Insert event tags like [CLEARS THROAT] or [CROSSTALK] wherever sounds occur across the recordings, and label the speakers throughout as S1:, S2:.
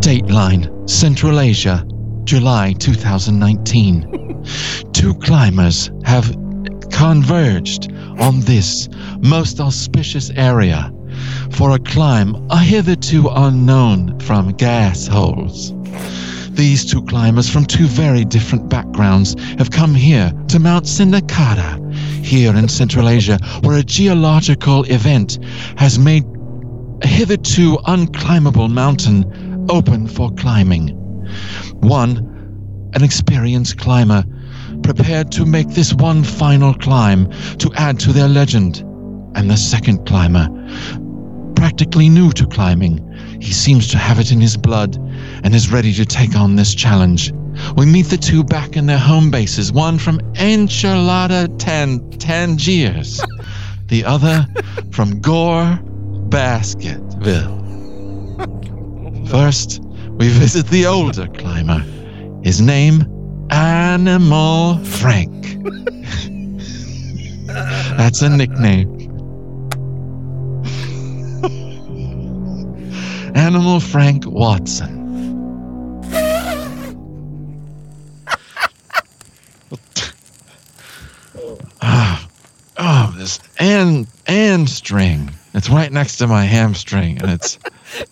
S1: Dateline, Central Asia, July 2019. Two climbers have converged on this most auspicious area for a climb hitherto unknown from gas holes. These two climbers from two very different backgrounds have come here to Mount Sindakara, here in Central Asia, where a geological event has made a hitherto unclimbable mountain open for climbing. One, an experienced climber, prepared to make this one final climb to add to their legend. And the second climber, practically new to climbing, he seems to have it in his blood and is ready to take on this challenge. We meet the two back in their home bases, one from Enchilada Tan- Tangiers, the other from Gore, Basketville. First, we visit the older climber. His name, Animal Frank. That's a nickname. Animal Frank Watson. Ah, oh, this and and string. It's right next to my hamstring, and it's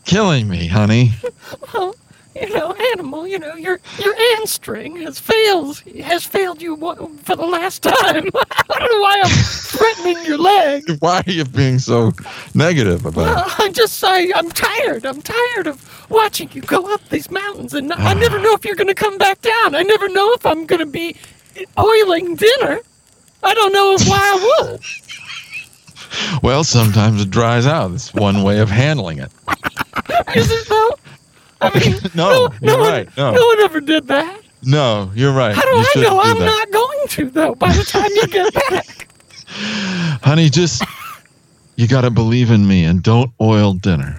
S1: killing me, honey.
S2: Well, you know, animal, you know, your your hand string has failed has failed you one- for the last [LAUGHS] time. I don't know why I'm threatening your leg.
S1: [LAUGHS] Why are you being so negative about
S2: Uh, I'm just saying, I'm tired. I'm tired of watching you go up these mountains, and I
S1: [SIGHS]
S2: never know if you're going to come back down. I never know if I'm going to be oiling dinner. I don't know if why
S1: [LAUGHS]
S2: I would.
S1: it? Well, sometimes it dries out. It's one way of handling it.
S2: Is it though? I mean,
S1: [LAUGHS] No, you're
S2: one,
S1: right, no.
S2: one ever did that.
S1: No, you're right.
S2: How do
S1: you
S2: I
S1: shouldn't
S2: know
S1: do
S2: I'm
S1: that.
S2: not going to though? By the time
S1: [LAUGHS]
S2: you get back,
S1: Honey, just you got to believe in me and don't oil dinner,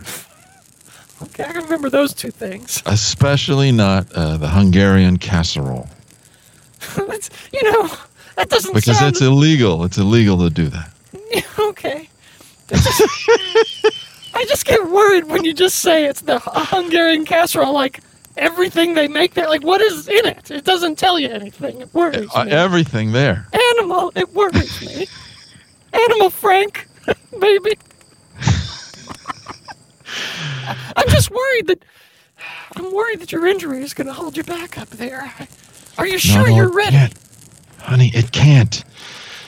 S2: okay, I remember those two things. [LAUGHS]
S1: especially not uh, the Hungarian casserole
S2: That's- you know, that doesn't
S1: because
S2: sound
S1: it's illegal. It's illegal to do that.
S2: [LAUGHS] okay. [LAUGHS] I just get worried when you just say it's the Hungarian casserole. Like everything they make there, like what is in it? It doesn't tell you anything. It worries
S1: Uh,
S2: me.
S1: everything there.
S2: Animal, it worries me. Animal Frank, [LAUGHS] maybe. I'm just worried that I'm worried that your injury is going to hold you back up there. Are you
S1: No,
S2: sure
S1: no,
S2: you're
S1: it
S2: ready?
S1: can't. Honey, it can't.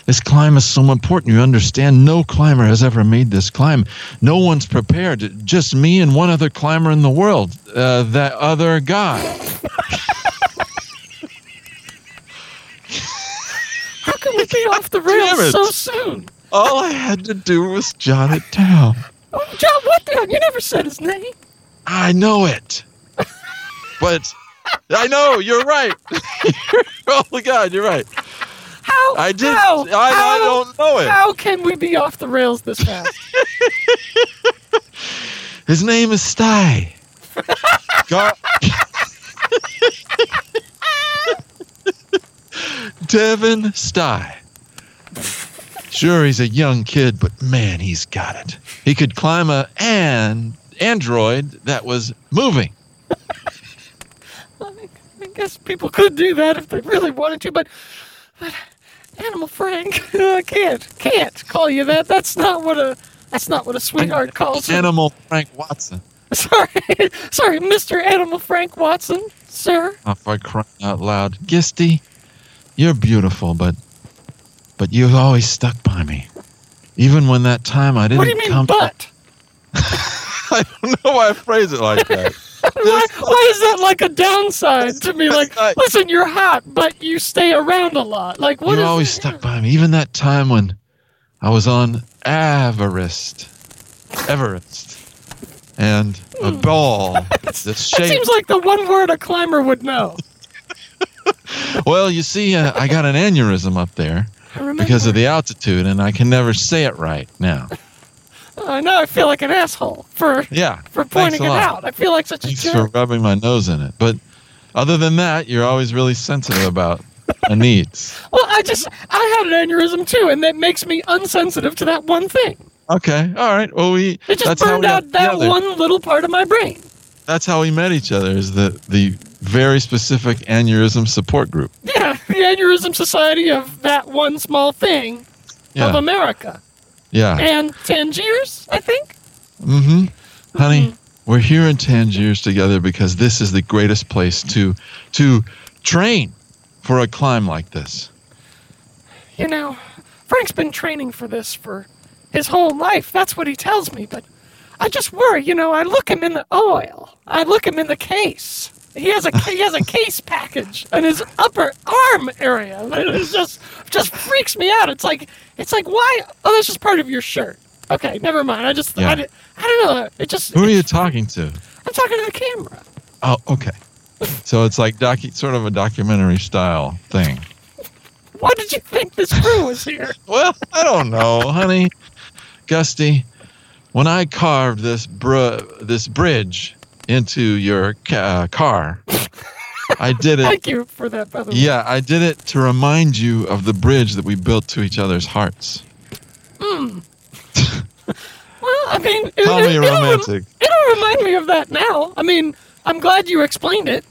S1: This climb is so important. You understand? No climber has ever made this climb. No one's prepared. Just me and one other climber in the world. Uh, that other guy.
S2: How can we be off
S1: [LAUGHS]
S2: the
S1: Damn
S2: rails
S1: it.
S2: so soon?
S1: All I had to do was jot it down.
S2: Oh, John, what the? You never said his name.
S1: I know it. But I know you're right. [LAUGHS] oh my God, you're right.
S2: How?
S1: I did.
S2: How,
S1: I, I
S2: how-
S1: don't know it.
S2: How can we be off the rails this fast? [LAUGHS]
S1: His name is Sty. Gar- Devin Sty. Sure, he's a young kid, but man, he's got it. He could climb a an android that was moving.
S2: I mean, I guess people could do that if they really wanted to, but, but Animal Frank, [LAUGHS] I can't, can't call you that. That's not what a that's not what a sweetheart calls him.
S1: Animal Frank Watson.
S2: [LAUGHS] Sorry, sorry, Mr. Animal Frank Watson, sir.
S1: Oh, for crying out loud, Gisty, you're beautiful, but but you've always stuck by me, even when that time I didn't
S2: What do you mean,
S1: come.
S2: but?
S1: [LAUGHS] I don't know why I phrase it like that.
S2: [LAUGHS] Why, why is that like a downside to
S1: [LAUGHS]
S2: me? Like,
S1: not-
S2: listen, you're hot, but you stay around a lot. Like, what
S1: you
S2: is
S1: always
S2: that?
S1: stuck by me, even that time when I was on Everest, Everest, and a ball that's
S2: Hmm. [LAUGHS] That
S1: shaped.
S2: seems like the one word a climber would know.
S1: well, you see, uh, I got an aneurysm up there
S2: I remember.
S1: because of the altitude, and I can never say it right now.
S2: I know I feel like an asshole for
S1: Yeah,
S2: for
S1: thanks
S2: pointing
S1: a
S2: it
S1: lot.
S2: out. I feel like such a
S1: Thanks
S2: jerk.
S1: for rubbing my nose in it. But other than that, you're always really sensitive about my needs.
S2: Well, I just I had an aneurysm too, and that makes me unsensitive to that one thing.
S1: Okay. All right. Well, we
S2: It just
S1: that's how
S2: burned
S1: we
S2: out
S1: got
S2: that
S1: together.
S2: one little part of my brain.
S1: That's how we met each other. Is the the very specific aneurysm support group.
S2: Yeah, the Aneurysm Society of that one small thing of
S1: Yeah.
S2: America.
S1: Yeah.
S2: And Tangiers, I think.
S1: Mm-hmm. Honey, we're here in Tangiers together because this is the greatest place to to train for a climb like this.
S2: You know, Frank's been training for this for his whole life. That's what he tells me, but I just worry, you know, I look him in the oil. I look him in the case. He has a ca-
S1: [LAUGHS]
S2: he has a case package in his upper arm area. It just just freaks me out. It's like it's like why? Oh, that's just part of your shirt. Okay, never mind. I just
S1: Yeah.
S2: I, di- I don't know. It just
S1: Who are you talking to?
S2: I'm talking to the camera.
S1: Oh, okay. So it's like docu- sort of a documentary style thing.
S2: Why did you think this crew was here?
S1: Well, I don't know, honey. Gusty, when I carved this br- this bridge into your ca- uh, car, I did it.
S2: Thank you for that, by the way.
S1: Yeah, I did it to remind you of the bridge that we built to each other's hearts.
S2: Well, I mean, it,
S1: Call
S2: it, [LAUGHS]
S1: me
S2: it'll rem-
S1: romantic.
S2: It'll, remind me of that now. I mean, I'm glad you explained it.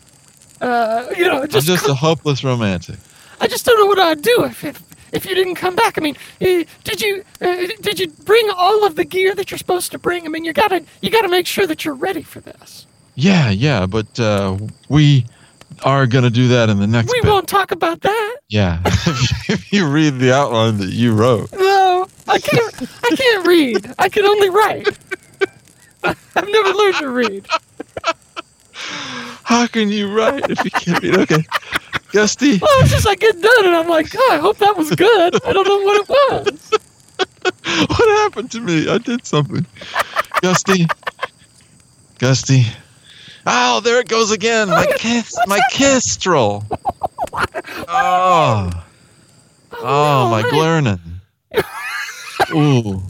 S2: Uh, you know,
S1: I'm
S2: just,
S1: just a hopeless romantic.
S2: I just don't know what I'd do if, if if you didn't come back. I mean, eh, did you uh, did you bring all of the gear that you're supposed to bring? I mean, you gotta you gotta make sure that you're ready for this.
S1: Yeah, yeah, but uh, we are gonna do that in the next.
S2: we
S1: bit.
S2: won't talk about that.
S1: Yeah, [LAUGHS] if you read the outline that you wrote.
S2: No, I can't. I can't read. I can only write. [LAUGHS] I've never learned to read.
S1: How can you write if you can't read? Okay, Gusty.
S2: Well, it's just I get done and I'm like, God, I hope that was good. I don't know what it was.
S1: what happened to me? I did something. Gusty. Gusty. Oh, there it goes again. My kiss my kiss troll. Oh. [LAUGHS] Oh, my glurnin. Ooh.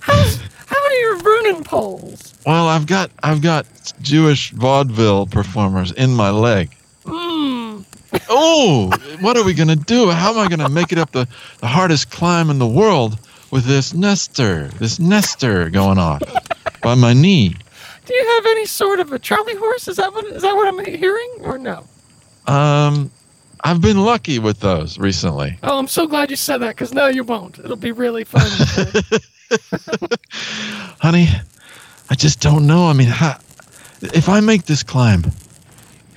S2: How many are Vernon poles?
S1: Well, I've got I've got Jewish vaudeville performers in my leg.
S2: Mmm.
S1: Oh, what are we gonna do? How am I gonna make it up the, the hardest climb in the world with this nester, this nester going off by my knee?
S2: Do you have any sort of a Charlie horse? Is that what is that what I'm hearing or no?
S1: Um, I've been lucky with those recently.
S2: Oh, I'm so glad you said that because no, you won't. It'll be
S1: [LAUGHS]
S2: really fun.
S1: Honey, I just don't know. I mean, ha if I make this climb,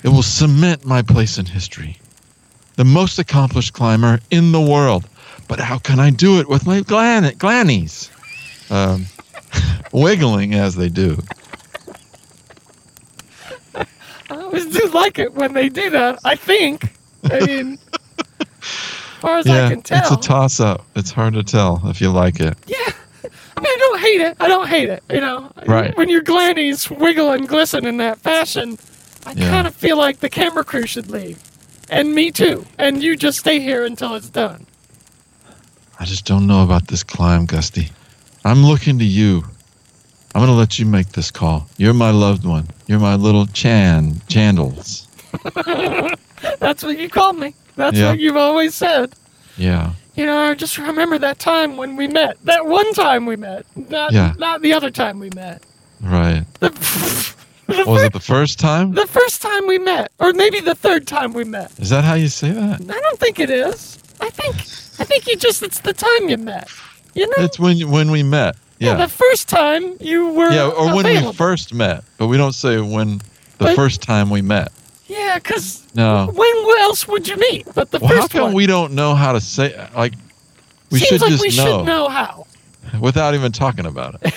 S1: it will cement my place in history. The most accomplished climber in the world. But how can I do it with my glan- glannies? Um, [LAUGHS] wiggling as they do.
S2: I always do like it when they do that. I think. I mean, as far as I can tell.
S1: it's a toss up. It's hard to tell if you like it.
S2: Yeah. I mean, I don't hate it. I don't hate it. You know,
S1: Right.
S2: when your glannies wiggle and glisten in that fashion, I
S1: Yeah.
S2: kind of feel like the camera crew should leave. And me too. And you just stay here until it's done. [LAUGHS]
S1: I just don't know about this climb, Gusty. I'm looking to you. I'm going to let you make this call. You're my loved one. You're my little Chan, Chandles.
S2: That's what you called me. That's
S1: Yeah.
S2: what you've always said.
S1: Yeah.
S2: You know, I just remember that time when we met. That one time we met. Not,
S1: Yeah.
S2: not the other time we met.
S1: Right.
S2: The, the,
S1: Was
S2: fir-
S1: it the first time?
S2: the first time we met. Or maybe the third time we met.
S1: Is that how you say that?
S2: I don't think it is. I think I think you just it's the time you met. You know?
S1: It's when you, when we met.
S2: Yeah,
S1: Yeah.
S2: the first time you were
S1: Yeah, or when we
S2: available.
S1: first met, but we don't say when the
S2: But-
S1: first time we met.
S2: Yeah, cuz
S1: No.
S2: when else would you meet? But the
S1: Oh. Well, how
S2: first
S1: come
S2: one.
S1: we don't know how to say like we
S2: Seems
S1: should
S2: like
S1: just
S2: we
S1: know,
S2: should know how.
S1: without even talking about it.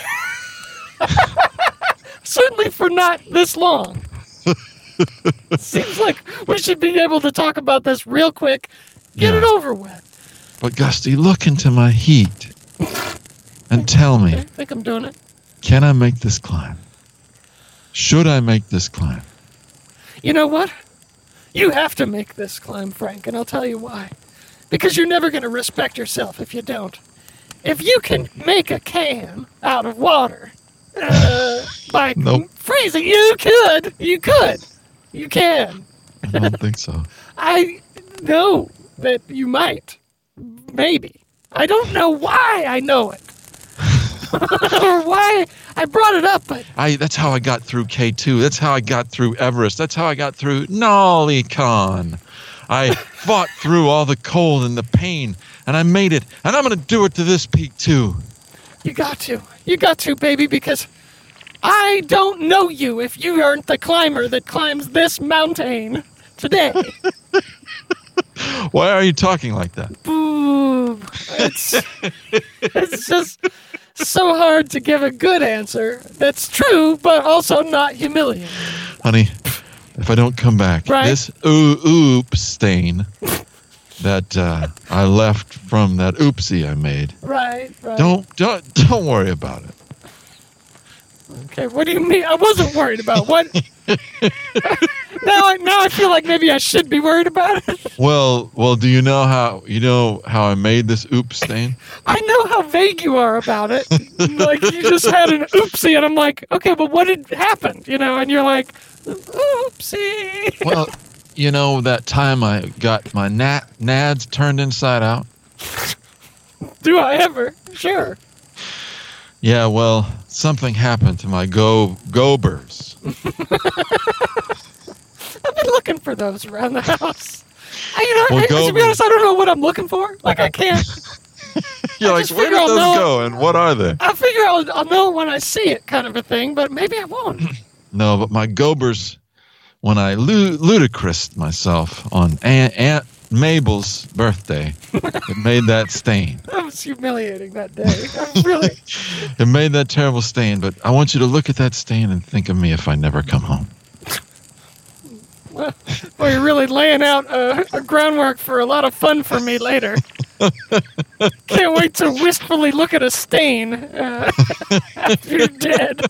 S2: Certainly for not
S1: [LAUGHS]
S2: this long. Seems like we should be able to talk about this real quick. Get
S1: Yeah.
S2: it over with.
S1: But Gusty, look into my heat and tell
S2: Okay, I
S1: me,
S2: think I'm doing it.
S1: can I make this climb? Should I make this climb?
S2: You know what? You have to make this climb, Frank, and I'll tell you why. Because you're never going to respect yourself if you don't. If you can make a can out of water uh, by
S1: [LAUGHS] Nope.
S2: freezing, you could. You could. You can.
S1: I don't [LAUGHS] think so.
S2: I know that you might. Maybe. I don't know why I know it. I don't know [LAUGHS] why I brought it up, but
S1: I that's how I got through K2. That's how I got through Everest. That's how I got through Nolicon. I [LAUGHS] fought through all the cold and the pain, and I made it. And I'm gonna do it to this peak too.
S2: you got to. You got to, baby, because I don't know you if you aren't the climber that climbs this mountain today.
S1: Why are you talking like that?
S2: Boom. It's, it's just so hard to give a good answer that's true, but also not humiliating.
S1: Honey, if I don't come back,
S2: Right.
S1: this oo oop stain that uh, I left from that oopsie I made.
S2: Right, right.
S1: Don't don't don't worry about it.
S2: Okay, what do you mean? I wasn't worried about
S1: [LAUGHS]
S2: what. now, I, now I feel like maybe I should be worried about it.
S1: Well, well, do you know how you know how I made this oop
S2: [LAUGHS]
S1: stain?
S2: I know how vague you are about it. like you just had an oopsie, and I'm like, okay, but what had happened? You know, and you're like, oopsie.
S1: Well, you know that time I got my nat nads turned inside out.
S2: [LAUGHS] Do I ever? Sure.
S1: Yeah, well, something happened to my go
S2: [LAUGHS]
S1: gobers.
S2: I've been looking for those around the house. I, you know,
S1: Well,
S2: I- to be
S1: go-
S2: honest, I don't know what I'm looking for. Like I can't.
S1: You're
S2: I
S1: like,
S2: just
S1: where did
S2: figure I'll
S1: those
S2: know-
S1: go, and what are they?
S2: I figure I'll, I'll know when I see it, kind of a thing. But maybe I won't.
S1: No, but my gobers, when I lu- ludicroused myself on Aunt, Aunt Mabel's
S2: [LAUGHS]
S1: birthday, it made that stain.
S2: That was humiliating that day. I'm really.
S1: It made that terrible stain. But I want you to look at that stain and think of me if I never come home.
S2: [LAUGHS] Well, you're really laying out uh, a groundwork for a lot of fun for
S1: [LAUGHS]
S2: me later. Can't wait to wistfully look at a stain uh, [LAUGHS] after you're
S1: Uh,
S2: dead.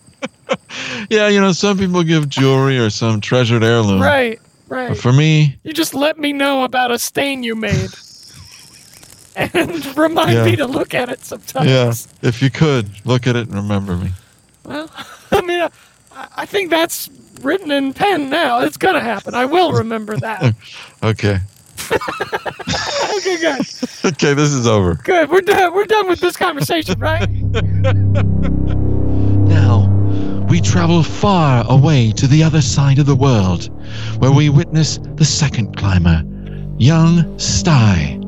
S1: Yeah, you know, some people give jewelry or some treasured heirloom.
S2: Right,
S1: But
S2: right.
S1: for me,
S2: You just let me know about a stain you made. And [LAUGHS] remind
S1: Yeah.
S2: me to look at it sometimes.
S1: yeah, if you could look at it and remember me.
S2: Well, I mean, I, I think that's written in pen now. It's going to happen. I will
S1: [LAUGHS]
S2: remember that.
S1: Okay.
S2: okay, good.
S1: Okay, this is over.
S2: Good. We're done. We're done with this conversation, right?
S1: Now, we travel far away to the other side of the world, where we witness the second climber, young Stye.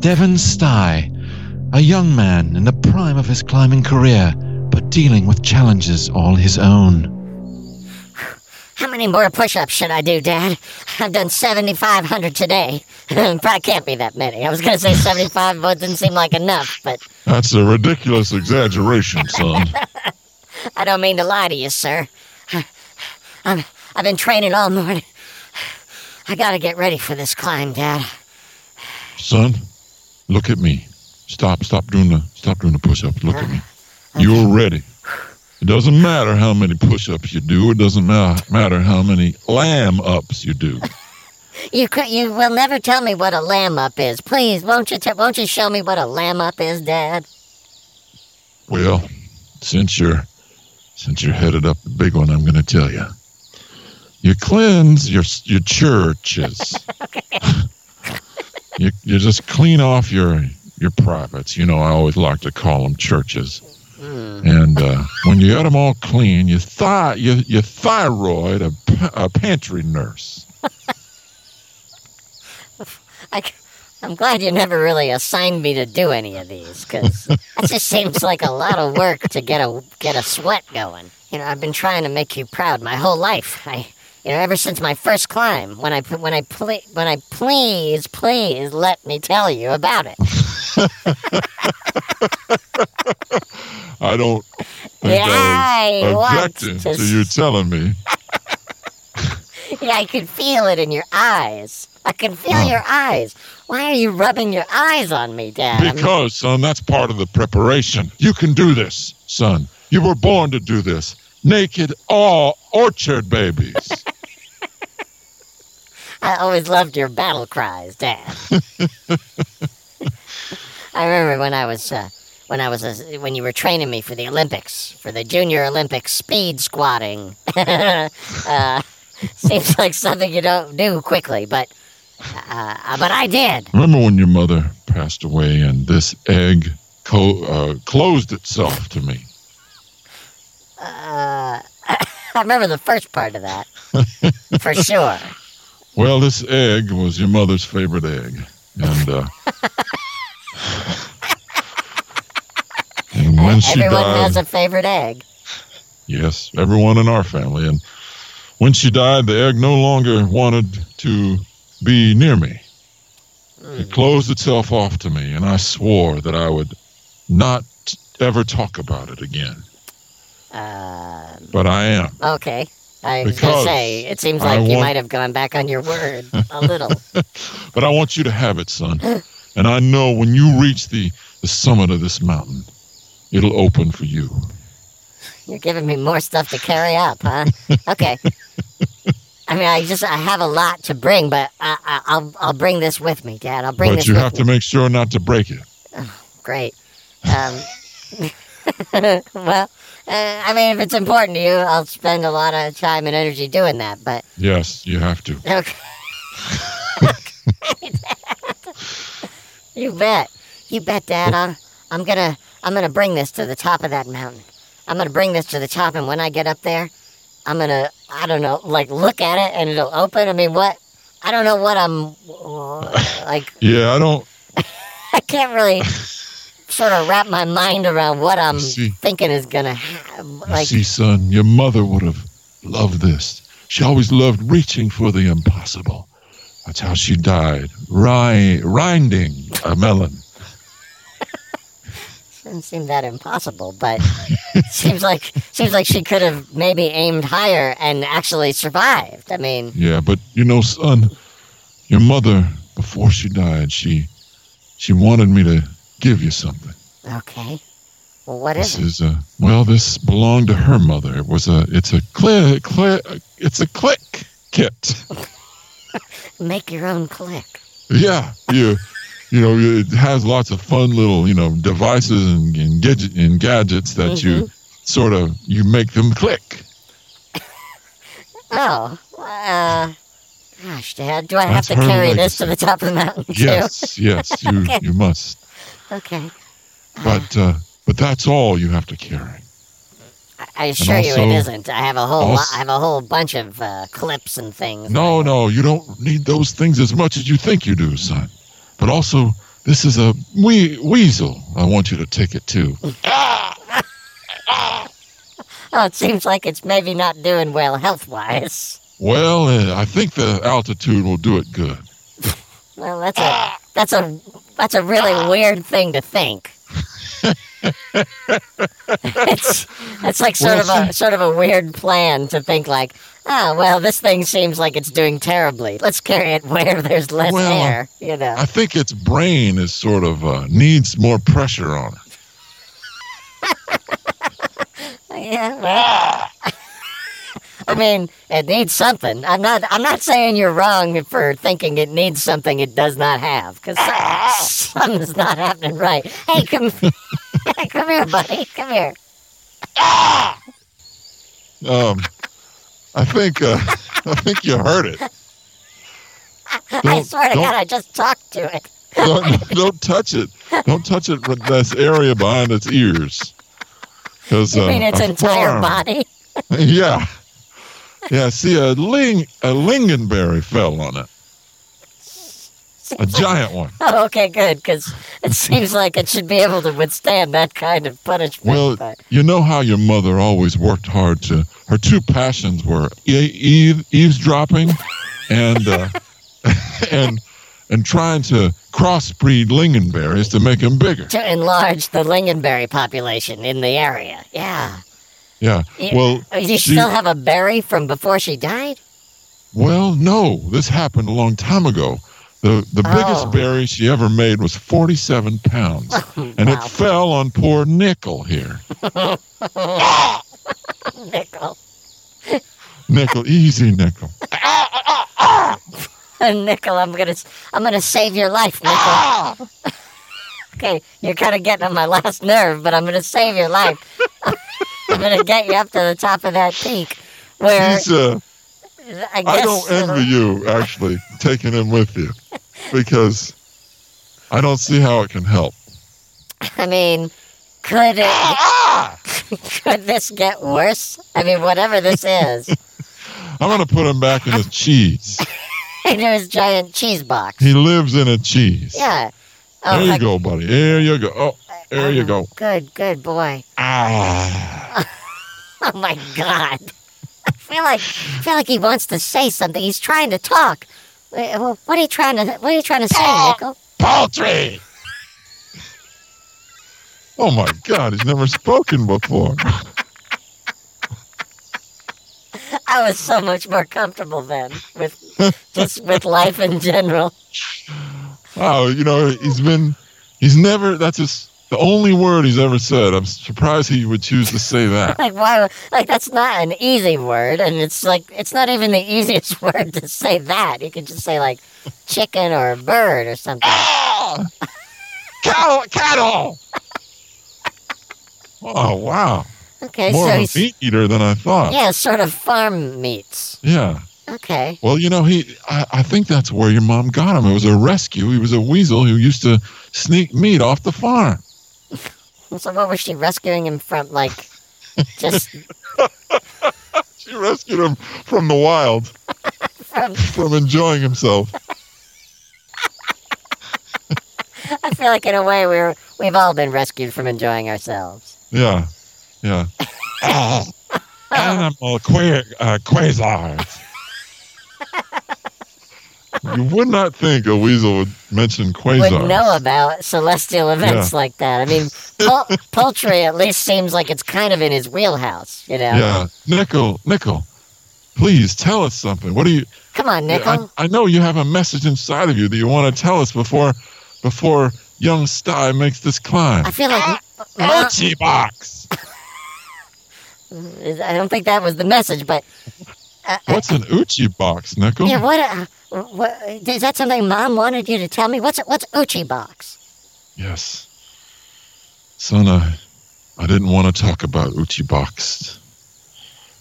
S1: Devon Stye, a young man in the prime of his climbing career, but dealing with challenges all his own.
S3: How many more push ups should I do, Dad? I've done 7,500 today. [LAUGHS] Probably can't be that many. I was going to say 75, but it didn't seem like enough, but
S1: That's a ridiculous exaggeration, son.
S3: I don't mean to lie to you, sir. I'm, I've been training all morning. I gotta get ready for this climb, Dad.
S1: son, look at me. Stop, stop doing the stop doing the push-ups. Look at me.
S4: You're ready. It doesn't matter how many push ups you do, it doesn't ma- matter how many lamb ups you do.
S3: You could, you will never tell me what a lamb up is. Please, won't you? T- won't you show me what a lamb up is, Dad?
S4: Well, since you're since you're headed up the big one, I'm going to tell you. You cleanse your s- your churches. [LAUGHS] you you just clean off your your privates. You know, I always like to call them churches. And uh, when you got them all clean, you thy you you thyroid a, p- a pantry nurse.
S3: I, am glad you never really assigned me to do any of these, because that just seems like a lot of work to get a get a sweat going. You know, I've been trying to make you proud my whole life. I, you know, ever since my first climb, when I p- when I ple- when I please please let me tell you about it.
S4: I don't think
S3: Yeah,
S4: I was
S3: I want
S4: objecting
S3: to
S4: to you telling me.
S3: Yeah, [LAUGHS] I could feel it in your eyes. I can feel your eyes. Why are you rubbing your eyes on me, Dad? I'm-
S4: Because, son, that's part of the preparation. You can do this, son. You were born to do this. Naked, all orchard babies.
S3: I always loved your battle
S1: [LAUGHS]
S3: cries, Dad. I remember when I was uh, when I was a, when you were training me for the Olympics, for the Junior Olympics speed squatting. [LAUGHS] uh, seems like something you don't do quickly, but uh, but I did.
S4: Remember when your mother passed away and this egg
S1: co- uh, closed itself to me.
S3: Uh, [LAUGHS] I remember the first part of that. For sure.
S1: Well, this egg was your mother's favorite egg,
S4: [LAUGHS]
S1: and uh, and when she
S3: Everyone
S1: died,
S3: has a favorite egg.
S1: yes, everyone in our family, and when she died, the egg no longer wanted to be near me.
S3: Mm-hmm.
S1: It closed itself off to me, and I swore that I would not ever talk about it again.
S3: Uh,
S1: But I am.
S3: okay. I was
S1: Because
S3: going to say, it seems like
S1: I
S3: you
S1: want-
S3: might have gone back on your word
S1: [LAUGHS]
S3: a little.
S1: But I want you to have it,
S3: [CLEARS THROAT]
S1: son. And I know when you reach the, the summit of this mountain, it'll open for you.
S3: You're giving me more stuff to carry up, huh? Okay. I mean, I just I have a lot to bring, but I, I, I'll I'll bring this with me, Dad. I'll bring
S1: but
S3: this
S1: you
S3: with
S1: have
S3: me.
S1: to make sure not to break it.
S3: Great. Um, [LAUGHS] well, uh, I mean, if it's important to you, I'll spend a lot of time and energy doing that. But
S1: Yes, you have to.
S3: okay. [LAUGHS] you bet. You bet, Dad. I'm, I'm gonna I'm gonna bring this to the top of that mountain. I'm gonna bring this to the top, and when I get up there, I'm gonna I don't know, like look at it, and it'll open. I mean, what? I don't know what I'm [SIGHS] like.
S1: Yeah, I don't.
S3: I can't really sort of wrap my mind around what I'm
S1: see.
S3: thinking is gonna happen.
S1: you
S3: Like,
S1: see, son, your mother would have loved this. She always loved reaching for the impossible. That's how she died, ri- rinding a melon.
S3: doesn't seem that impossible,
S1: [LAUGHS]
S3: but seems like seems like she could have maybe aimed higher and actually survived. I mean,
S1: Yeah, but you know, son, your mother, before she died, she she wanted me to give you something.
S3: okay. Well, what
S1: This
S3: is it?
S1: is a well. This belonged to her mother. It was a. It's a click. click it's a click kit.
S3: Make your own click.
S1: Yeah, you. You know, it has lots of fun little you know devices and, and gadget and gadgets that you sort of you make them click.
S3: Oh, uh, gosh, Dad, do I
S1: That's
S3: have to
S1: her
S3: carry this
S1: legacy.
S3: to the top of the mountain too?
S1: Yes, yes, you you must.
S3: Okay.
S1: But uh, but that's all you have to carry.
S3: I- I assure you, it
S1: also-
S3: isn't. I have a whole,
S1: also-
S3: I have a whole bunch of uh, clips and things.
S1: No, no, you don't need those things as much as you think you do, son. But also, this is a wee- weasel. I want you to take it too.
S3: Oh, it seems like it's maybe not doing well health wise.
S1: Well, uh, I think the altitude will do it good.
S3: Well, that's a that's a that's a really weird thing to think. it's it's like sort of a sort of a weird plan to think like, oh well, this thing seems like it's doing terribly. Let's carry it where there's less
S1: Well,
S3: air. You know.
S1: I think its brain is sort of uh, needs more pressure on it.
S3: Yeah. well, [LAUGHS] I mean, it needs something. I'm not. I'm not saying you're wrong for thinking it needs something it does not have, because something's not happening right. Hey, come, [LAUGHS] come here, buddy. Come here.
S1: Um, I think uh, [LAUGHS] I think you heard it.
S3: I
S1: Don't-
S3: swear to
S1: don't-
S3: God, I just talked
S1: [LAUGHS]
S3: to it.
S1: don't, don't touch it. Don't touch it with this area behind its ears. Because
S3: I mean, its entire
S1: [LAUGHS]
S3: body. [LAUGHS]
S1: yeah, yeah. See, a ling a lingonberry fell on it, a giant one.
S3: Oh, okay, good, because it seems like it should be able to withstand that kind of punishment.
S1: Well,
S3: but
S1: you know how your mother always worked hard to. Her two passions were e- eve,
S3: [LAUGHS]
S1: eavesdropping, and uh, [LAUGHS] and and trying to crossbreed lingonberries to make them bigger.
S3: to enlarge the lingonberry population in the area, yeah.
S1: Yeah.
S3: Yeah.
S1: Well,
S3: Oh, You
S1: she-
S3: still have a berry from before she died? [LAUGHS]
S1: Well, no, this happened a long time ago. The the
S3: Oh.
S1: biggest berry she ever made was 47
S3: [LAUGHS]
S1: pounds, and
S3: wow.
S1: it fell on poor Nickel here.
S3: [LAUGHS] Nickel.
S1: Nickel, easy, Nickel.
S3: Nickel, I'm gonna, I'm gonna save your life, Nickel. [LAUGHS] okay, you're kind of getting on my last nerve, but I'm gonna save your life. [LAUGHS] I'm gonna get you up to the top of that peak, where
S1: He's, uh,
S3: I guess
S1: I don't envy you actually taking him with you, because I don't see how it can help.
S3: I mean, could it,
S1: Ah!
S3: [LAUGHS] could this get worse? I mean, whatever
S1: [LAUGHS]
S3: this is, [LAUGHS]
S1: I'm gonna put him back in a cheese.
S3: into his giant cheese box.
S1: He lives in a cheese.
S3: Yeah. Oh
S1: there you
S3: my-
S1: go, buddy. There you go. Oh, there you
S3: oh,
S1: go.
S3: Good, good boy.
S1: Ah.
S3: Oh my god. [LAUGHS] I feel like I feel like he wants to say something. He's trying to talk. Wait, well, What are you trying to What are you trying to
S1: Ah!
S3: say, Nickel?
S1: Poultry. Oh my God, he's never spoken before.
S3: [LAUGHS] I was so much more comfortable then with just with life in general.
S1: Wow, you know, he's been, he's never, that's his, the only word he's ever said. I'm surprised he would choose to say that.
S3: Like why? Like that's not an easy word, and it's like it's not even the [LAUGHS] easiest word to say that. You could just say like chicken or bird
S1: [LAUGHS]
S3: or something.
S1: Ah! Cattle, cattle. Oh, wow.
S3: Okay,
S1: More
S3: so
S1: of a
S3: he's
S1: meat eater than I thought.
S3: yeah, sort of farm meats.
S1: yeah.
S3: Okay.
S1: Well, you know, he I, I think that's where your mom got him. It was a rescue. He was a weasel who used to sneak meat off the farm.
S3: So what was she rescuing him from?
S1: [LAUGHS]
S3: Like just
S1: She rescued him from the wild,
S3: [LAUGHS] from
S1: from enjoying himself.
S3: I feel like in a way we're we've all been rescued from enjoying ourselves.
S1: Yeah. Yeah. Ah, Animal que- uh, quasars. you would not think a weasel would mention quasars.
S3: Would know about celestial events like that. I mean, pul-
S1: [LAUGHS]
S3: poultry at least seems like it's kind of in his wheelhouse. You know.
S1: Yeah. Nickel, Nickel, please tell us something. What do you
S3: Come on,
S1: Yeah,
S3: Nickel.
S1: I, I know you have a message inside of you that you want to tell us before before young Sty makes this climb.
S3: I feel like Mom,
S1: Ouchie box.
S3: I don't think that was the message, but uh, uh,
S1: What's an Uchi box, Nickel?
S3: yeah, what, uh, what is that? Something Mom wanted you to tell me? What's what's Uchi box?
S1: Yes. Son, I, I didn't want to talk about Uchi box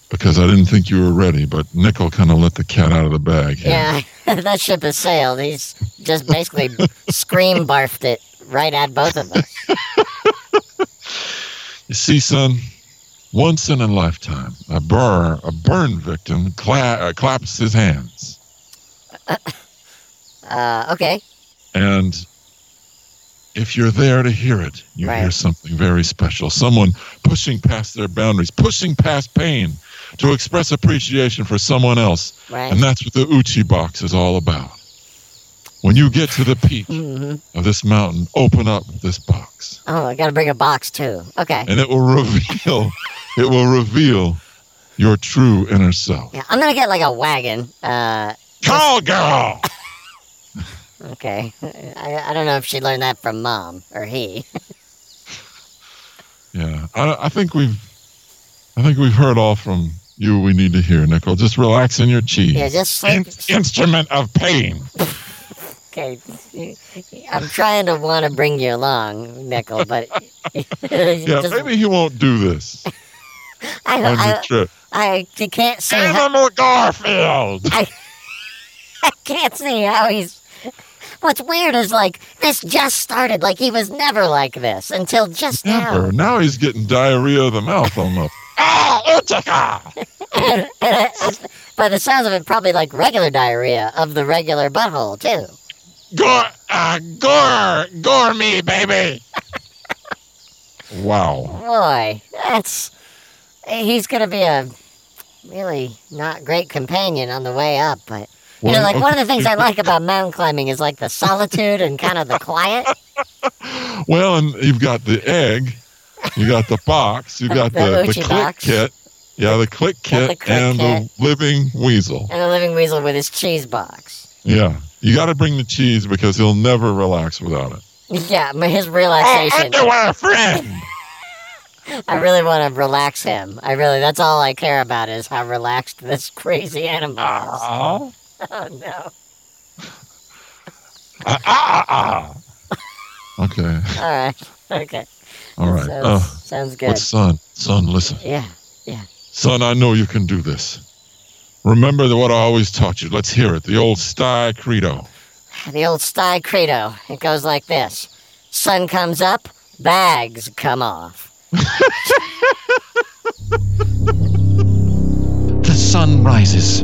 S1: because I didn't think you were ready, but Nickel kind of let the cat out of the bag. here.
S3: Yeah, [LAUGHS] that ship has sailed. He's just
S1: [LAUGHS]
S3: basically scream barfed it right at both of us.
S1: You see, son, once in a lifetime, a burr, a burn victim cla- uh, claps his hands.
S3: Uh, okay.
S1: And if you're there to hear it, you
S3: Right.
S1: hear something very special. Someone pushing past their boundaries, pushing past pain to express appreciation for someone else.
S3: Right.
S1: And that's what the Uchi box is all about. When you get to the peak
S3: Mhm.
S1: of this mountain, open up this box
S3: Oh, I gotta bring a box too. Okay.
S1: and it will reveal [LAUGHS] it will reveal your true inner self.
S3: Yeah, I'm gonna get like a wagon. Uh,
S1: Call girl.
S3: okay. [LAUGHS] I, I don't know if she learned that from mom or he.
S1: Yeah, I, I think we've, I think we've heard all from you. We need to hear, Nicole. Just relax in your cheese.
S3: Yeah, just sleep.
S1: instrument of pain.
S3: Okay. I'm trying to want to bring you along, Nickel, but [LAUGHS] yeah,
S1: Yeah, maybe he won't do this
S3: [LAUGHS] I,
S1: on your
S3: I,
S1: trip.
S3: I, I can't see. How,
S1: Animal Garfield.
S3: [LAUGHS] I can't see how he's. What's weird is like this just started. Like he was never like this until just now.
S1: Never. Now he's getting diarrhea of the mouth almost. [LAUGHS] ah, Utica.
S3: By the sounds of it, probably like regular diarrhea of the regular butthole too.
S1: Gore, uh, gore, gore me, baby. wow.
S3: Boy, that's he's gonna be a really not great companion on the way up, but you know,
S1: Well,
S3: like one of the
S1: okay.
S3: things I like about mountain climbing is like the solitude and kind of the quiet.
S1: Well, and you've got the egg, you got the box, you got
S3: [LAUGHS] The
S1: the, the,
S3: Uchi
S1: click
S3: box.
S1: kit. Yeah, the click
S3: Got
S1: kit
S3: the click
S1: and the living weasel.
S3: And the living weasel with his cheese box.
S1: Yeah. You got to bring the cheese because he'll never relax without it.
S3: Yeah, but his relaxation.
S1: underwear Oh, friend.
S3: I really want to relax him. I really, that's all I care about is how relaxed this crazy animal is.
S1: Ah,
S3: [LAUGHS] Oh no.
S1: ah, ah, ah. Okay.
S3: All right. Okay.
S1: All right.
S3: Sounds,
S1: Uh,
S3: sounds good.
S1: but son, son, listen.
S3: Yeah.
S1: Son, I know you can do this. Remember what I always taught you. Let's hear it. The old sty credo.
S3: The old sty credo. It goes like this Sun comes up, bags come off.
S1: The sun rises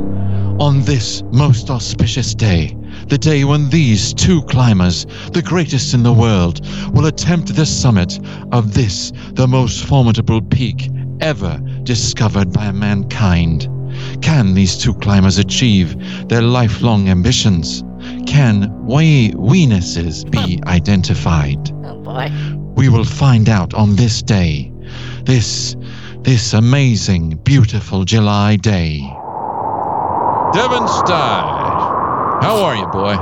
S1: on this most auspicious day, the day when these two climbers, the greatest in the world, will attempt the summit of this, the most formidable peak ever discovered by mankind. Can these two climbers achieve their lifelong ambitions? Can we weaknesses be identified?
S3: Oh boy.
S1: We will find out on this day. This, this amazing, beautiful July day.
S4: Devin Stein, how are you, boy?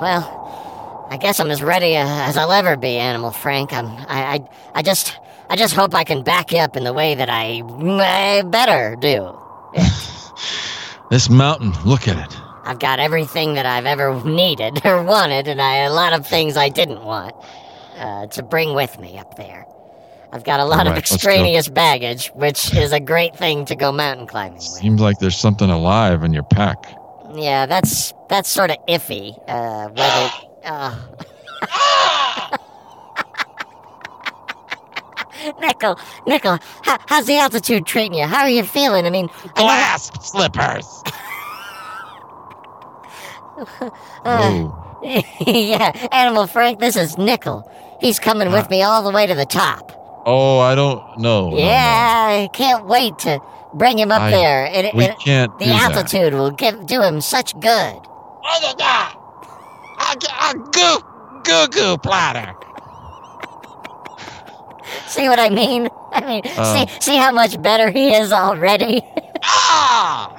S3: Well, I guess I'm as ready uh, as I'll ever be, Animal Frank. I'm, I, I, I just, I just hope I can back you up in the way that I, I better do.
S1: This mountain, look at it.
S3: I've got everything that I've ever needed [LAUGHS] or wanted, and I, a lot of things I didn't want uh, to bring with me up there. I've got a lot
S4: All
S3: of
S4: right, let's go.
S3: extraneous baggage, which is a great thing to go mountain climbing with.
S4: Seems like there's something alive in your pack.
S3: Yeah, that's that's sort of iffy. Uh, whether. Uh, Nickel, Nickel, how, how's the altitude treating you? How are you feeling? I mean, I know-
S4: Clasp slippers.
S3: uh,
S1: Oh,
S4: Mm.
S3: [LAUGHS] yeah, Animal Frank, this is Nickel. He's coming with
S4: Ah.
S3: me all the way to the top.
S4: Oh, I don't know.
S3: yeah, I can't wait to bring him up
S1: I-
S3: there. It, it,
S4: uh, we
S3: it-
S4: can't
S3: the
S4: do that.
S3: altitude will give do him such good. See what I mean? [LAUGHS] I mean,
S4: Uh.
S1: Oh.
S3: see, see how much better he is already.
S1: but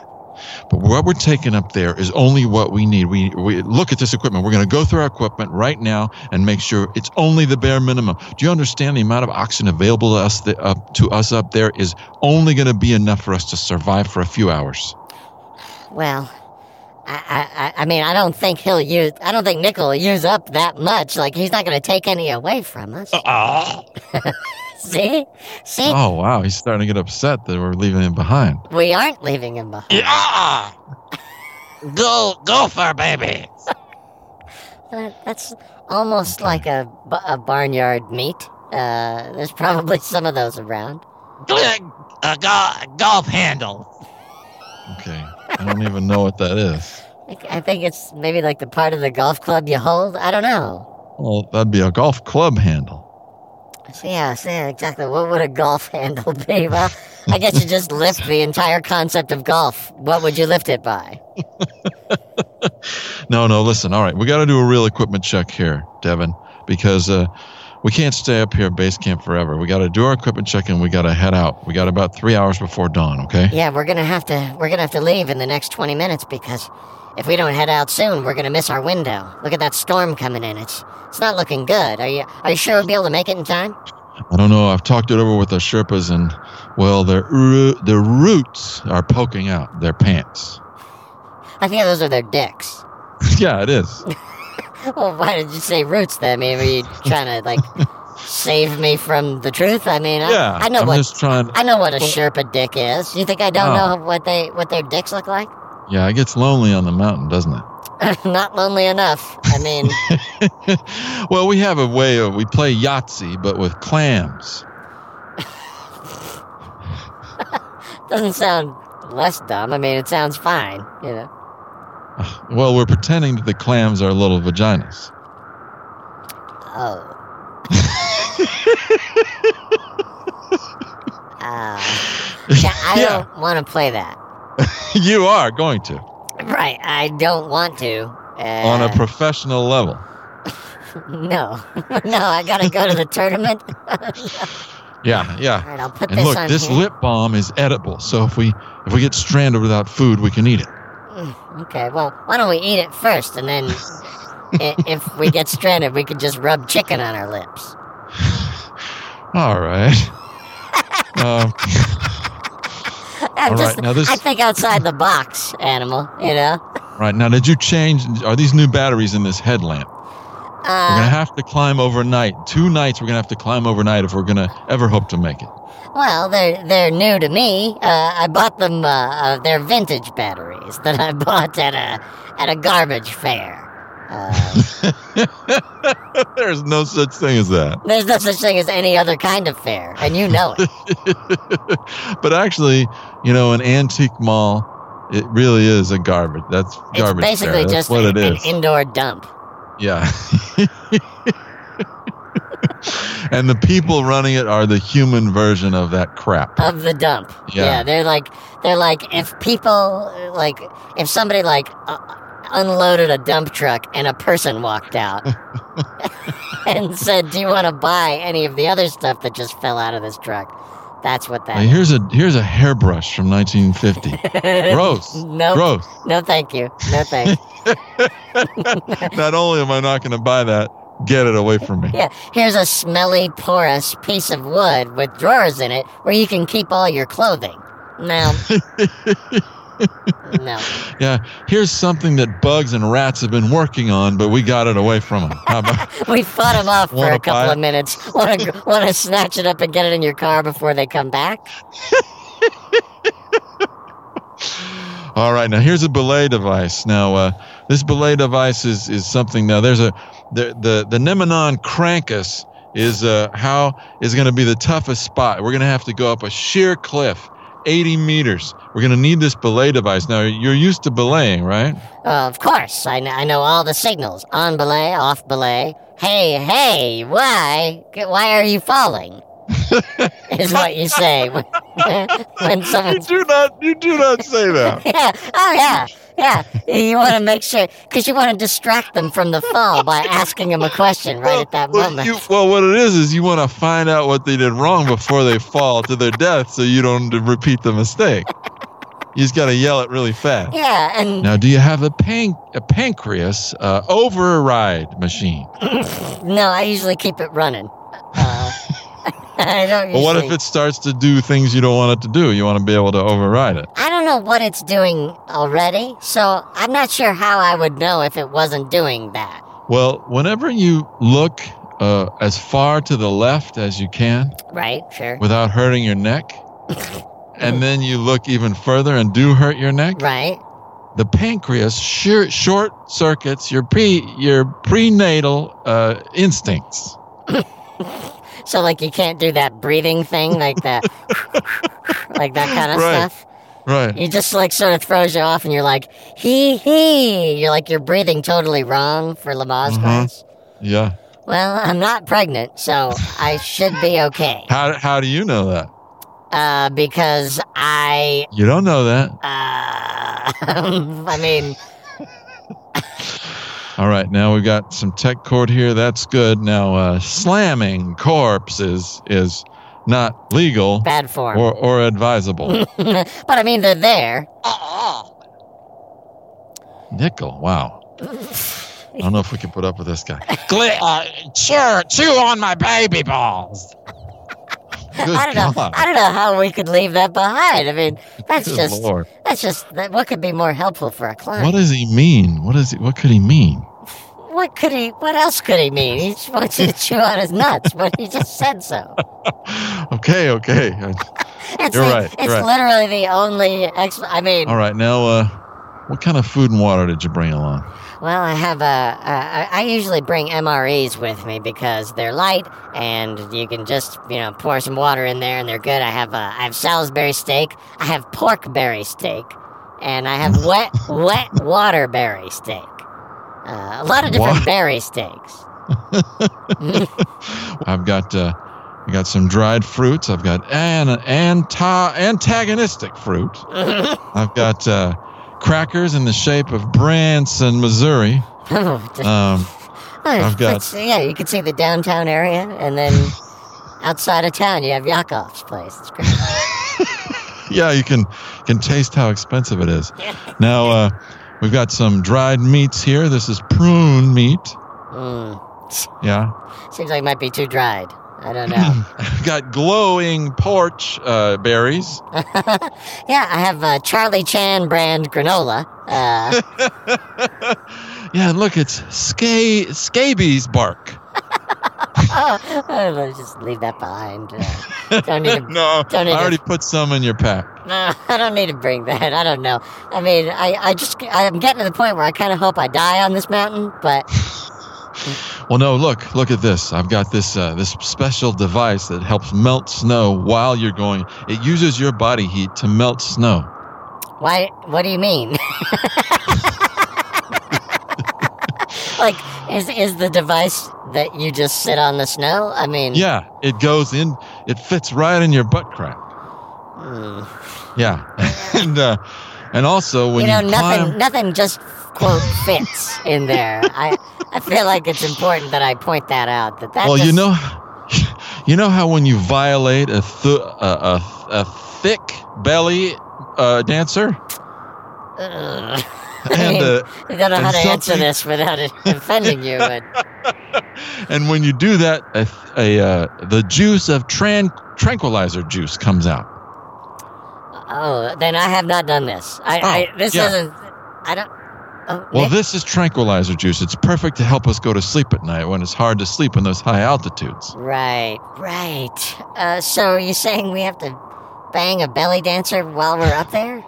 S1: what we're taking up there is only what we need. We, we look at this equipment. We're going to go through our equipment right now and make sure it's only the bare minimum. Do you understand the amount of oxygen available to us, th- up, to us up there is only going to be enough for us to survive for a few hours?
S3: Well, I, I- I, I mean, I don't think he'll use. I don't think Nickel will use up that much. Like he's not going to take any away from us. [LAUGHS] see, see,
S1: Oh, wow. He's starting to get upset that we're leaving him behind.
S3: we aren't leaving him behind.
S5: Yeah! Uh-uh. Go, gopher baby!
S3: That- That's almost like a, b- a barnyard meet. Uh, there's probably some of those around.
S5: Click a uh, go- golf handle.
S1: Okay. I don't even know what that is.
S3: I, I think it's maybe like the part of the golf club you hold. I don't know.
S1: Well, that'd be a golf club handle.
S3: So, yeah, so, yeah, exactly. What would a golf [LAUGHS] handle be? Well, I guess you just lift the entire concept of golf. What would you lift it by?
S1: No, no, listen. All right, we got to do a real equipment check here, Devin, because uh, we can't stay up here at base camp forever. We got to do our equipment check and we got to head out. We got about three hours before dawn, okay?
S3: Yeah, we're gonna have to we're gonna have to leave in the next twenty minutes because if we don't head out soon, we're gonna miss our window. Look at that storm coming in. It's it's not looking good. Are you are you sure we'll be able to make it in time?
S1: I don't know. I've talked it over with the Sherpas and, well, their, ru- their roots are poking out their pants. [LAUGHS]
S3: I think those are their dicks. [LAUGHS]
S1: yeah, it is.
S3: Well, why did you say roots then? I mean, were you trying
S1: [LAUGHS]
S3: to like save me from the truth? I mean, I,
S1: yeah.
S3: I know
S1: am
S3: what
S1: just trying.
S3: I know what a Sherpa dick is. You think I don't
S1: Oh.
S3: know what they what their dicks look like? [LAUGHS]
S1: Yeah, it gets lonely on the mountain, doesn't it? [LAUGHS]
S3: not lonely enough. I mean, [LAUGHS]
S1: well, we have a way of we play Yahtzee, but with clams.
S3: doesn't sound less dumb. I mean, it sounds fine. You know.
S1: Well, we're pretending that the clams are little vaginas.
S3: [LAUGHS] Oh. uh, yeah, I
S1: Yeah.
S3: [LAUGHS] don't want to play that.
S1: [LAUGHS] you are going to
S3: Right, I don't want to. Uh,
S1: on a professional level.
S3: no, [LAUGHS] no, I gotta go to the [LAUGHS] tournament. All
S1: Yeah, yeah.
S3: right, I'll put
S1: And
S3: this
S1: look,
S3: on
S1: this
S3: here.
S1: lip balm is edible. So if we if we get stranded without food, we can eat it.
S3: okay, well, why don't we eat it first,
S1: [LAUGHS]
S3: and then i- if we get stranded, we could just rub chicken on our lips.
S1: All
S3: [LAUGHS]
S1: right. um,
S3: I'm
S1: All
S3: just,
S1: right, now this-
S3: I think outside the box, animal. You know.
S1: right now, did you change? Are these new batteries in this headlamp? We're gonna
S3: Uh,
S1: have to climb overnight. Two nights we're gonna have to climb overnight if we're gonna ever hope to
S3: [LAUGHS]
S1: make it.
S3: Well, they're they're new to me. Uh, I bought them. Uh, [LAUGHS] uh, they're vintage batteries that I bought at a at a garbage fair.
S4: [LAUGHS]
S3: Uh,
S4: There's no such thing as
S1: [LAUGHS]
S4: that.
S3: there's no such thing as any other kind of fair, and you know it.
S4: but actually, you know, an antique mall, it really is a garbage. That's
S3: It's
S4: [LAUGHS] garbage. fair.
S3: basically
S4: That's
S3: just
S4: what
S3: an,
S4: it
S3: an
S4: is.
S3: indoor dump.
S4: yeah. and the people running it are the human version of that crap.
S3: of the dump.
S4: Yeah.
S3: they're like they're like if people like if somebody like uh, unloaded a dump truck and a person
S4: [LAUGHS]
S3: walked out and said, "Do you want to buy any of the other stuff that just fell out of this truck?" That's what
S1: Now,
S3: that. is.
S1: here's a here's a hairbrush from
S3: [LAUGHS]
S1: 1950. Gross.
S3: no,
S1: Gross.
S3: no, thank you, no
S1: [LAUGHS]
S3: thanks.
S4: Not only am I not going to buy that, get it away from me.
S3: yeah, here's a smelly, porous piece of wood with drawers in it where you can keep all your clothing.
S1: [LAUGHS]
S3: No. no.
S1: Yeah, here's something that bugs and rats have been working on, but we got it away from them. How about
S3: We fought them off for
S1: Wanna
S3: a couple
S1: buy-
S3: of minutes.
S1: [LAUGHS]
S3: Want to want to snatch it up and get it in your car before they come back?
S1: All right, now here's a belay device. Now, uh, this belay device is is something. Now, there's a the the the Nemanon Crankus is uh, how is going to be the toughest spot. We're going to have to go up a sheer cliff, 80 meters. We're going to need this belay device. Now, you're used to belaying, right?
S3: Uh, of course, I know, I know all the signals on belay, off belay. Hey, hey, why? G- Why are
S1: [LAUGHS]
S3: you falling? is what you say when, [LAUGHS] when
S4: You
S3: someone's
S4: do not. You do not say that.
S3: yeah, [LAUGHS] oh yeah, yeah. You want to make sure because you want to distract them from the fall by asking them a question right at that
S4: well,
S3: moment.
S4: you- well, what it is is you want to find out what they did wrong before they fall to their death, so you don't repeat the mistake. You just got to yell it really fast.
S3: yeah, and
S1: Now, do you have a pan- a pancreas uh, override machine?
S3: No, I usually keep it running. Uh, [LAUGHS] I don't usually.
S4: Well, what if it starts to do things you don't want it to do? You want to be able to override it.
S3: I don't know what it's doing already, so I'm not sure how I would know if it wasn't doing that.
S1: Well, whenever you look uh, as far to the left as you can,
S3: Right? Sure.
S1: without hurting your neck. and then you look even further and do hurt your neck.
S3: Right?
S1: The pancreas shir- short circuits your pre your prenatal uh, instincts.
S3: So, like, you can't do that breathing thing, like
S4: [LAUGHS]
S3: that, [LAUGHS] like that kind of
S1: Right.
S3: stuff.
S1: Right.
S3: You just like sort of throws you off, and you're like, hee hee. You're like, you're breathing totally wrong for Lamaze
S1: Mhm.
S3: class.
S1: Yeah.
S3: Well, I'm not pregnant, so I should be okay.
S1: How how do you know that?
S3: Uh, because I
S1: You don't know that.
S3: Uh, [LAUGHS] I mean,
S1: All right. Now we've got some tech cord here. That's good. Now uh, slamming corpses is not legal
S3: bad form.
S1: or or advisable.
S3: [LAUGHS] but I mean, they're there.
S1: Nickel. Wow. I don't know if we can put up with this guy.
S5: Gli- uh, chew, chew on my baby balls.
S1: Good
S3: [LAUGHS] I don't know.
S1: God.
S3: I don't know how we could leave that behind. I mean, that's
S1: Good
S3: just
S1: Lord.
S3: that's just that, what could be more helpful for a client?
S1: What does he mean? What is he, What could he mean?
S3: What could he? What else could he mean? He just wants you to chew on his nuts, but he just said so.
S1: Okay, okay.
S3: It's
S1: You're
S3: like-
S1: right,
S3: It's
S1: you're right.
S3: literally the only. Ex- I mean,
S1: All right, now, uh, what kind of food and water did you bring along?
S3: well, I have a. a- I I usually bring MREs with me because they're light and you can just you know pour some water in there and they're good. I have a, I have Salisbury steak. I have pork berry steak, and I
S1: [LAUGHS]
S3: have wet wet waterberry steak. Uh, a lot of different
S1: What?
S3: berry steaks. [LAUGHS]
S1: I've got, uh, I got some dried fruits. I've got an anta- antagonistic fruit. I've got uh, crackers in the shape of Branson, Missouri.
S3: Oh,
S1: Um, I've got-
S3: That's- yeah, you can oh, see the downtown area,
S1: [LAUGHS]
S3: and then outside of town you have Yakov's place. It's great.
S1: yeah, you can can taste how expensive it is. Now, uh, we've got some dried meats here. This is prune meat.
S3: Mm,
S1: Yeah,
S3: seems like it might be too dried. I don't know.
S1: got glowing porch uh, berries.
S3: Yeah, I have uh, Charlie Chan brand granola. Uh,
S1: Yeah, and look, it's sca- scabies bark.
S3: oh, oh, let's just leave that behind. Uh, don't need to
S1: [LAUGHS]
S4: No,
S3: Don't
S4: I
S3: need
S4: already put some in your pack.
S3: No, I don't need to bring that. I don't know. I mean, I, I just, I'm getting to the point where I kind of hope I die on this mountain, but
S1: Well, no, look, look at this. I've got this uh, this special device that helps melt snow while you're going. It uses your body heat to melt snow.
S3: why, what do you mean? [LAUGHS] like, is, is the device that you just sit on the snow? I mean,
S1: Yeah, it goes in. It fits right in your butt crack.
S3: hmm.
S1: Yeah, [LAUGHS] and uh, and also when
S3: you
S1: you,
S3: know,
S1: climb,
S3: nothing, nothing just quote fits in there. I, I feel like it's important that I point that out. That that
S1: well, you
S3: just- [LAUGHS]
S1: know, you know [LAUGHS] how when you violate a th- a, a, a thick belly uh, dancer, [LAUGHS]
S3: Ugh.
S1: and uh,
S3: I don't know how
S1: and
S3: to answer
S1: something-
S3: this
S1: [LAUGHS]
S3: without it offending you, but
S1: and when you do that, a, a uh, the juice of tran- tranquilizer juice comes out.
S3: Oh, then I have not done this. I,
S1: Oh,
S3: I this
S1: yeah.
S3: isn't. I don't. Oh,
S1: Well,
S3: yeah.
S1: this is tranquilizer juice. It's perfect to help us go to sleep at night when it's hard to sleep in those high altitudes.
S3: right, right. Uh, so you're saying we have to bang a belly dancer while we're up there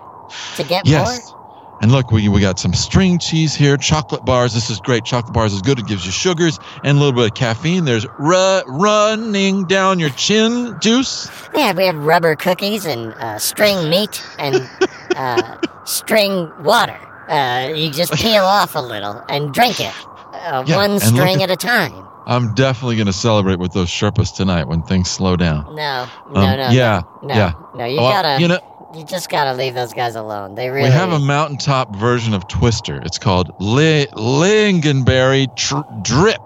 S3: to get
S1: Yes. And look, we, we got some string cheese here, chocolate bars. This is great. Chocolate bars is good. It gives you sugars and a little bit of caffeine. There's ru- running down your chin juice.
S3: more? Yeah, we have rubber cookies and uh, string meat and
S1: [LAUGHS]
S3: uh, string water. Uh, you just peel off a little and drink it, uh,
S1: Yeah,
S3: one
S1: and look
S3: string
S1: at-
S3: at a time.
S1: I'm definitely going to celebrate with those Sherpas tonight when things slow down.
S3: No, no,
S1: Um,
S3: no,
S1: yeah.
S3: no,
S1: yeah.
S3: no. You
S1: Well,
S3: gotta,
S1: you
S3: you,
S1: know,
S3: just gotta leave those guys alone. They really
S1: we have a mountaintop version of Twister. It's called Le- Lingonberry Tr- Drip.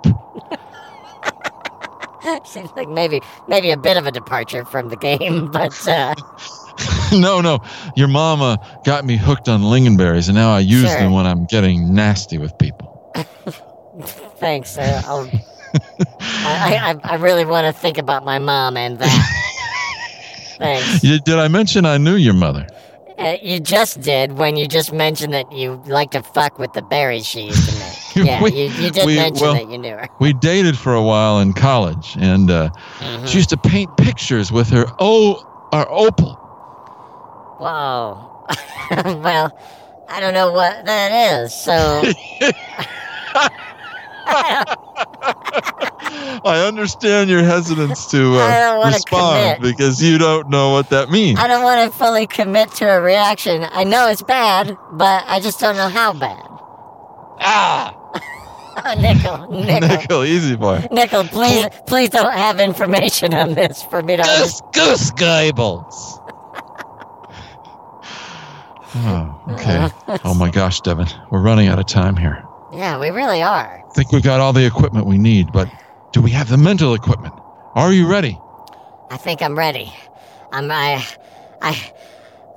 S1: [LAUGHS]
S3: [LAUGHS] Seems like maybe maybe a bit of a departure from the game, [LAUGHS] but uh,
S1: no, no. Your mama got me hooked on lingonberries, and now I use
S3: Sure.
S1: them when I'm getting nasty with people.
S3: thanks. Uh, I'll, I, I I really want to think about my mom and
S1: [LAUGHS]
S3: that. thanks.
S1: You, did I mention I knew your mother?
S3: Uh, you just did when you just mentioned that you like to fuck with the berries she used to make.
S1: [LAUGHS]
S3: Yeah,
S1: We-
S3: you, you did
S1: we-
S3: mention
S1: well-
S3: that you knew her.
S1: We dated for a while in college, and uh,
S3: Mhm.
S1: she used to paint pictures with her oh, our opal.
S3: Whoa. [LAUGHS] well, I don't know what that is. So [LAUGHS]
S1: I understand your hesitance to
S3: I
S1: uh,
S3: don't wanna
S1: respond because you don't know what that means.
S3: I don't want to fully commit to a reaction. I know it's bad, but I just don't know how bad. [LAUGHS]
S5: Ah,
S3: Oh,
S1: [LAUGHS]
S3: nickel, nickel.
S1: Nickel, easy boy.
S3: Nickel, please, please don't have information on this for me to.
S5: Goose Goose Gables.
S1: Oh, okay. Oh my gosh, Devin, we're running out of time here.
S3: Yeah, we really are.
S1: think we've got all the equipment we need, but do we have the mental equipment? Are you ready?
S3: I think I'm ready. I'm. I. I.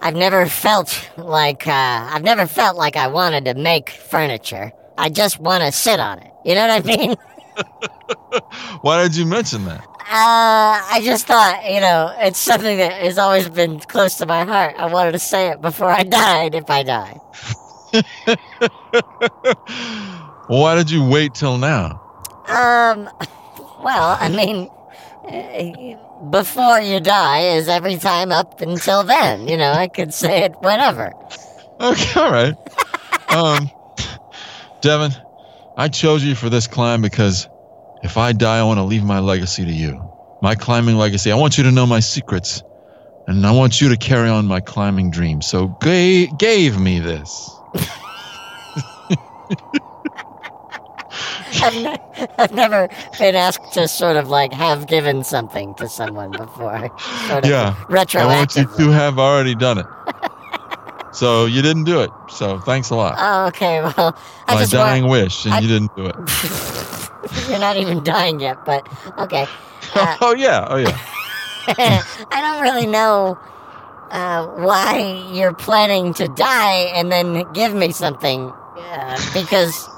S3: I've never felt like. Uh, I've never felt like I wanted to make furniture. I just want to sit on it. You know what I mean? [LAUGHS]
S1: Why did you mention that?
S3: Uh, I just thought, you know, it's something that has always been close to my heart. I wanted to say it before I [LAUGHS] died, if I die.
S1: Why did you wait till now?
S3: Um, well, I mean, uh, before you die is every time up until then. You know, I could say it whenever.
S1: Okay, all right. Um, Devin, I chose you for this climb because if I die, I want to leave my legacy to you. My climbing legacy. I want you to know my secrets, and I want you to carry on my climbing dream. So ga- gave me this.
S3: I've, ne- I've never been asked to sort of like have given something to someone before. Sort of
S1: Yeah. I want you
S3: retroactively.
S1: to have already done
S3: [LAUGHS]
S1: it. So you didn't do it. So thanks a lot.
S3: Oh, okay, well, I
S1: my
S3: just
S1: dying wish, and
S3: I-
S1: you didn't do it.
S3: want. [LAUGHS] You're not even dying yet, but okay. [LAUGHS] Uh,
S1: [LAUGHS] oh yeah, oh yeah.
S3: I don't really know uh, why you're planning to die and then give me something. Uh, because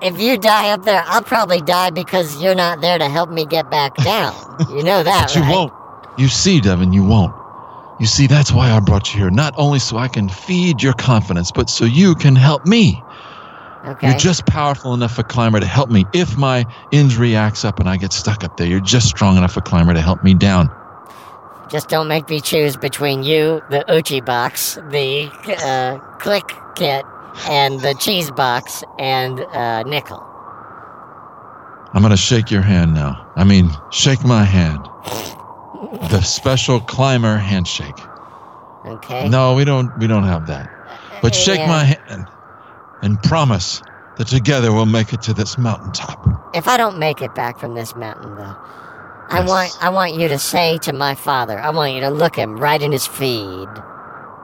S3: if you die up there, I'll probably die because you're not there to help me get back down. You know that,
S1: But you
S3: right?
S1: won't. You see, Devin, you won't. You see, that's why I brought you here. Not only so I can feed your confidence, but so you can help me.
S3: Okay.
S1: You're just powerful enough a climber to help me. If my injury acts up and I get stuck up there, you're just strong enough a climber to help me down.
S3: Just don't make me choose between you, the Uchi box, the uh, click kit, and the cheese box and uh, nickel.
S1: I'm going to shake your hand now. I mean, shake my hand. The special climber handshake.
S3: Okay.
S1: No, we don't we don't have that. But shake
S3: Yeah.
S1: my hand and promise that together we'll make it to this mountaintop.
S3: If I don't make it back from this mountain, though, I
S1: Yes.
S3: want I want you to say to my father. I want you to look him right in his feed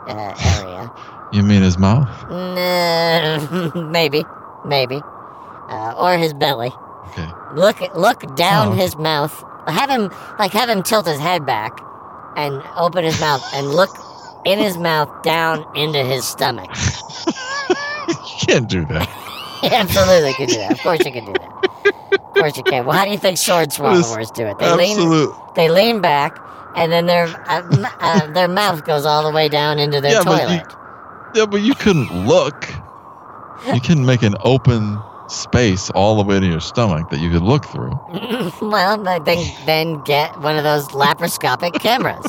S3: uh, area.
S1: You mean his mouth?
S3: Nah, [LAUGHS] maybe, maybe, uh, or his belly.
S1: Okay.
S3: Look look down
S1: Oh, okay.
S3: his mouth. Have him like have him tilt his head back and open his mouth and look in his mouth down into his stomach. [LAUGHS]
S1: [LAUGHS] You can't do that.
S3: Absolutely can do that. Of course you can do that. Of course you can. Well, how do you think sword swallowers do it? They lean
S1: Absolute.
S3: they lean back and then their uh, m- uh, their mouth goes all the way down into their
S1: Yeah, but you-
S3: toilet.
S1: Yeah, but you couldn't look. You couldn't make an open space all the way to your stomach that you could look through.
S3: [LAUGHS] well, but then then get one of those laparoscopic cameras.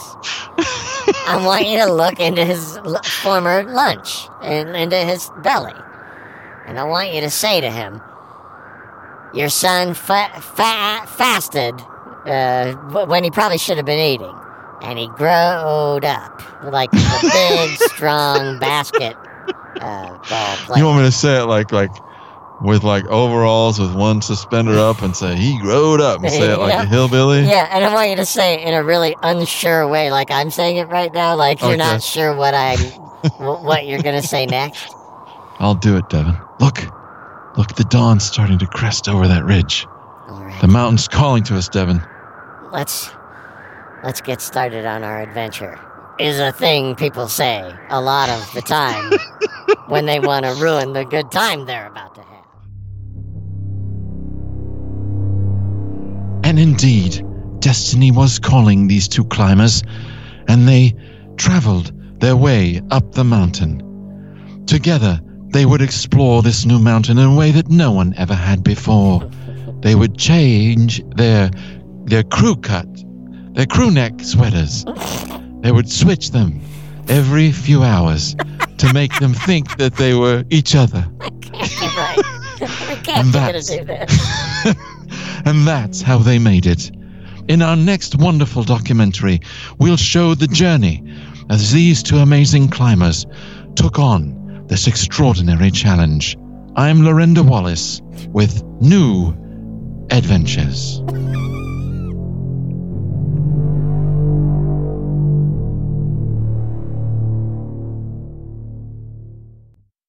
S3: I want you to look into his l- former lunch and into his belly, and I want you to say to him, "Your son fa- fa- fasted uh, wh- when he probably should have been eating, and he growed up like a big, strong basket uh, ball player."
S1: You want me to say it like like with like overalls with one suspender up and say he growed up and say it like
S3: Yeah.
S1: a [LAUGHS] hillbilly?
S3: Yeah, and I want you to say it in a really unsure way, like I'm saying it right now, like you're
S1: Okay.
S3: not sure
S1: [LAUGHS]
S3: what I'm, wh- what you're gonna say next.
S1: I'll do it, Devin. Look. Look, the dawn's starting to crest over that ridge.
S3: All right,
S1: The mountain's calling to us, Devin.
S3: let's let's get started on our adventure. Is a thing people say a lot of
S1: [LAUGHS]
S3: the time when they want to ruin the good time they're about to have. [LAUGHS]
S1: And indeed, destiny was calling these two climbers, and they traveled their way up the mountain. Together, they would explore this new mountain in a way that no one ever had before. They would change their their crew cut, their crew neck sweaters. They would switch them every few hours to make them think that they were each other.
S3: right? [LAUGHS] we can't
S1: And
S3: be gonna
S1: that's-
S3: do this.
S1: [LAUGHS] and that's how they made it. In our next wonderful documentary, we'll show the journey as these two amazing climbers took on this extraordinary challenge. I'm Lorinda Wallace with New Adventures.